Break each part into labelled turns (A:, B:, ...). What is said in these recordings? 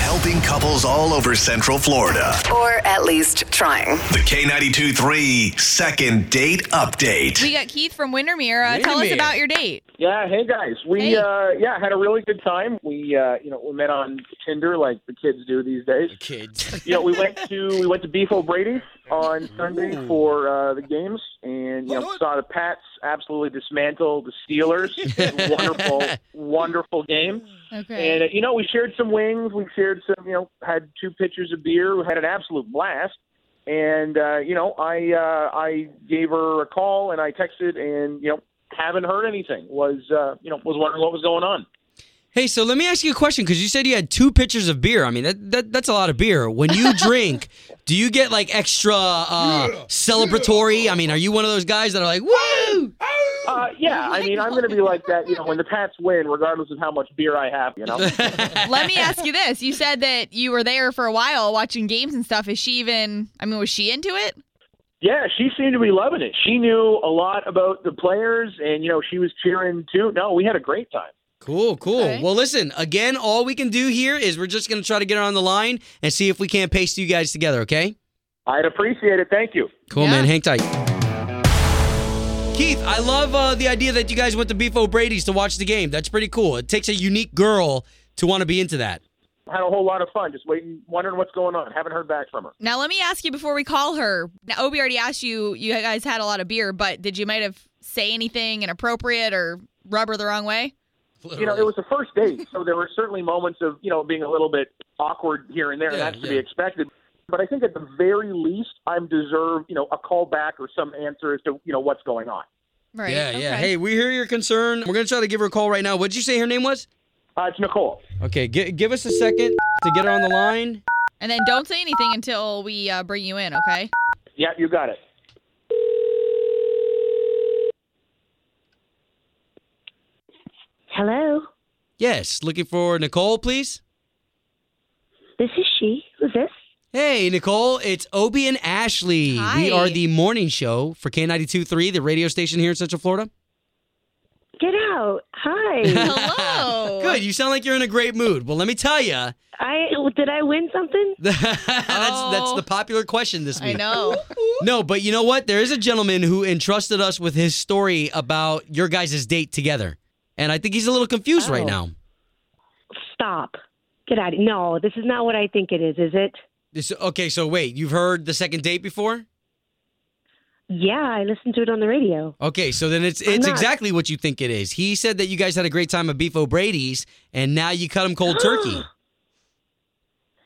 A: helping couples all over Central Florida.
B: Or at least trying.
A: The K92 3 second date update.
C: We got Keith from Windermere. Uh, Tell us
D: Windermere.
C: about your date.
E: Yeah, hey guys. We
C: Hey.
E: uh yeah, had a really good time. We uh you know, we met on Tinder like the kids do these days.
D: Kids.
E: You know, we went to we went to Beef O'Brady on Sunday
D: Ooh.
E: for uh the games and you know, saw the Pats absolutely dismantle the Steelers. It was a wonderful, wonderful game.
C: Okay.
E: And uh, you know, we shared some wings, we shared some, you know, had two pitchers of beer, we had an absolute blast. And uh, you know, I uh, I gave her a call and I texted and you know, haven't heard anything. Was uh, you know, was wondering what was going on.
D: Hey, so let me ask you a question because you said you had two pitchers of beer. I mean, that, that that's a lot of beer. When you drink, do you get like extra uh, celebratory? I mean, are you one of those guys that are like, woo?
E: Uh, yeah, I mean, I'm going to be like that. You know, when the Pats win, regardless of how much beer I have, you know.
C: Let me ask you this. You said that you were there for a while watching games and stuff. Is she even, I mean, was she into it?
E: yeah, she seemed to be loving it. She knew a lot about the players, and you know, she was cheering too. No, we had a great time.
D: Cool, cool.
C: Okay.
D: Well, listen, again, all we can do here is we're just going to try to get her on the line and see if we can't paste you guys together, okay?
E: I'd appreciate it. Thank you.
D: Cool,
C: Yeah.
D: man. Hang tight. Keith, I love uh, the idea that you guys went to Beef O'Brady's to watch the game. That's pretty cool. It takes a unique girl to want to be into that.
E: Had a whole lot of fun. Just waiting, wondering what's going on. Haven't heard back from her.
C: Now, let me ask you before we call her. Now, Obi already asked you, you guys had a lot of beer, but did you might have say anything inappropriate or rub her the wrong way?
E: you know, it was the first date, so there were certainly moments of you know being a little bit awkward here and there, and
D: Yeah,
E: that's to be
D: yeah.
E: expected. But I think at the very least, I'm deserved you know a call back or some answer as to you know what's going on.
C: Right.
D: Yeah, yeah.
C: Okay.
D: Hey, we hear your concern. We're going to try to give her a call right now. What did you say her name was?
E: Uh, it's Nicole.
D: Okay, gi- give us a second to get her on the line.
C: And then don't say anything until we uh, bring you in, okay?
E: Yeah, you got it.
F: Hello,
D: Yes, looking for Nicole, please.
F: this is she. Who's this?
D: Hey, Nicole, it's Obie and Ashley.
C: Hi.
D: We are the morning show for K92.3, the radio station here in Central Florida.
F: Get out. Hi.
C: Hello.
D: Good, you sound like you're in a great mood. Well, let me tell you,
F: I did I win something?
D: that's, that's
C: Oh.
D: the popular question this
C: I
D: week.
C: know.
D: No, but you know what? There is a gentleman who entrusted us with his story about your guys' date together. And I think he's a little confused right
F: Oh.
D: now.
F: Stop. Get out. No, this is not what I think it is. Is it?
D: This, okay, so wait, you've heard the second date before?
F: Yeah, I listened to it on the radio.
D: Okay, so then it's
F: I'm
D: it's
F: not.
D: exactly what you think it is. He said that you guys had a great time at Beef O'Brady's, and now you cut him cold turkey.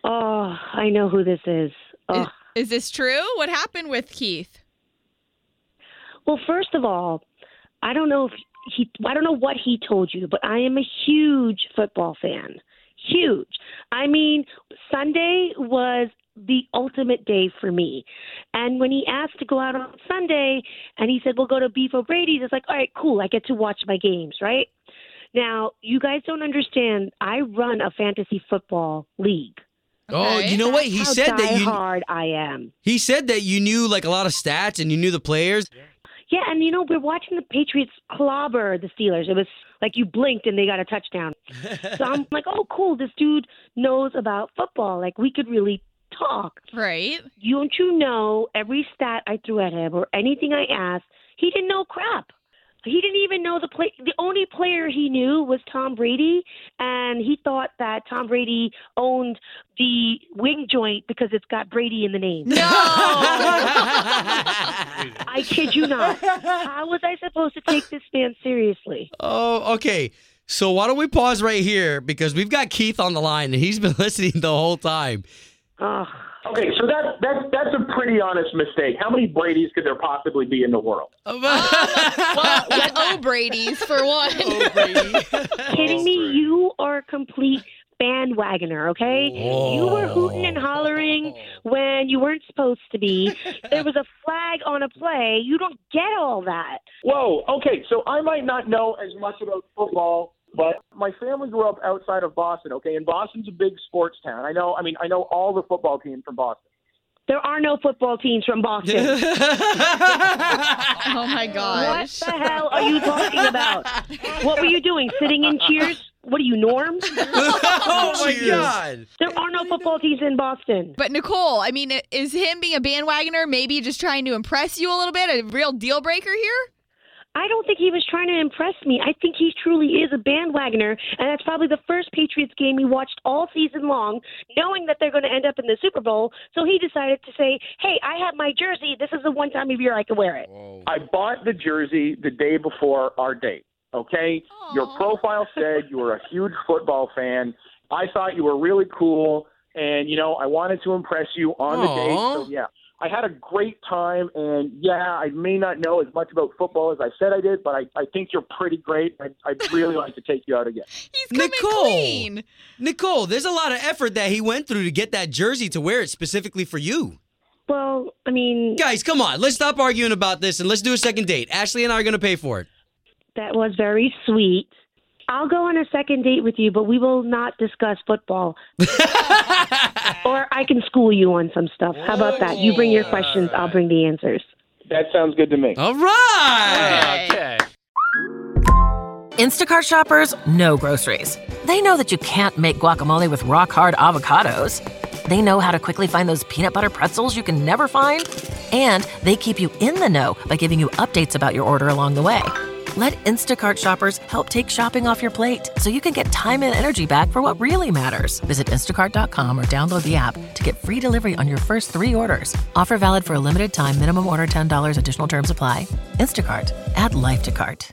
F: Oh, I know who this is. Oh.
C: Is this true? What happened with Keith?
F: Well, first of all, I don't know if he I don't know what he told you, but I am a huge football fan. Huge. I mean, Sunday was the ultimate day for me. And when he asked to go out on Sunday and he said, We'll go to Beef O'Brady's, it's like, all right, cool, I get to watch my games, right? Now, you guys don't understand, I run a fantasy football league.
D: Oh,
C: Okay.
D: you know what? He
F: How
D: said that you
F: hard I am.
D: he said that you knew like a lot of stats and you knew the players.
F: Yeah, and you know, we're watching the Patriots clobber the Steelers. It was like you blinked and they got a touchdown. so I'm like, oh, cool. This dude knows about football. Like, we could really talk.
C: Right.
F: You Don't you know every stat I threw at him or anything I asked? He didn't know crap. He didn't even know the play. The only player he knew was Tom Brady, and he thought that Tom Brady owned the wing joint because it's got Brady in the name.
C: No.
F: I kid you not. How was I supposed to take this man seriously?
D: oh, okay. So why don't we pause right here because we've got Keith on the line and he's been listening the whole time.
F: Ugh.
E: Okay, so that that's that's a pretty honest mistake. How many Brady's could there possibly be in the world?
C: well, with O'Brady's for one.
D: Oh,
F: Kidding me? You are a complete bandwagoner, okay? You were hooting and hollering when you weren't supposed to be. There was a flag on a play. You don't get all that.
E: Whoa. Okay, so I might not know as much about football, but my family grew up outside of Boston. Okay, and Boston's a big sports town. I know. I mean, I know all the football teams from Boston.
F: There are no football teams from Boston.
C: Oh my
F: what
C: gosh.
F: the hell are you talking about? What were you doing? Sitting in cheers? What are you, Norm?
D: oh my
A: Jeez.
D: god.
F: there are no football teams in Boston.
C: But Nicole, I mean, is him being a bandwagoner maybe just trying to impress you a little bit? A real deal breaker here?
F: I don't think he was trying to impress me. I think he truly is a bandwagoner, and that's probably the first Patriots game he watched all season long, knowing that they're going to end up in the Super Bowl. So he decided to say, "Hey, I have my jersey. This is the one time of year I can wear it."
E: I bought the jersey the day before our date. Okay, your
C: Aw.
E: profile said you were a huge football fan. I thought you were really cool, and you know I wanted to impress you on the
D: Aw.
E: date. So yeah, I had a great time, and yeah, I may not know as much about football as I said I did, but I, I think you're pretty great. I, I'd really like to take you out again.
C: He's coming
D: Nicole.
C: clean.
D: Nicole, there's a lot of effort that he went through to get that jersey to wear it specifically for you.
F: Well, I mean,
D: Guys, come on. Let's stop arguing about this and let's do a second date. Ashley and I are going to pay for it.
F: that was very sweet. I'll go on a second date with you, but we will not discuss football. or I can school you on some stuff. How about that? You bring your questions, I'll bring the answers.
E: That sounds good to me.
D: All right.
C: Okay.
G: Instacart shoppers know groceries. They know that you can't make guacamole with rock hard avocados. They know how to quickly find those peanut butter pretzels you can never find. And they keep you in the know by giving you updates about your order along the way. Let Instacart shoppers help take shopping off your plate so you can get time and energy back for what really matters. Visit instacart.com or download the app to get free delivery on your first three orders. Offer valid for a limited time, minimum order $10, additional terms apply. Instacart, add life to cart.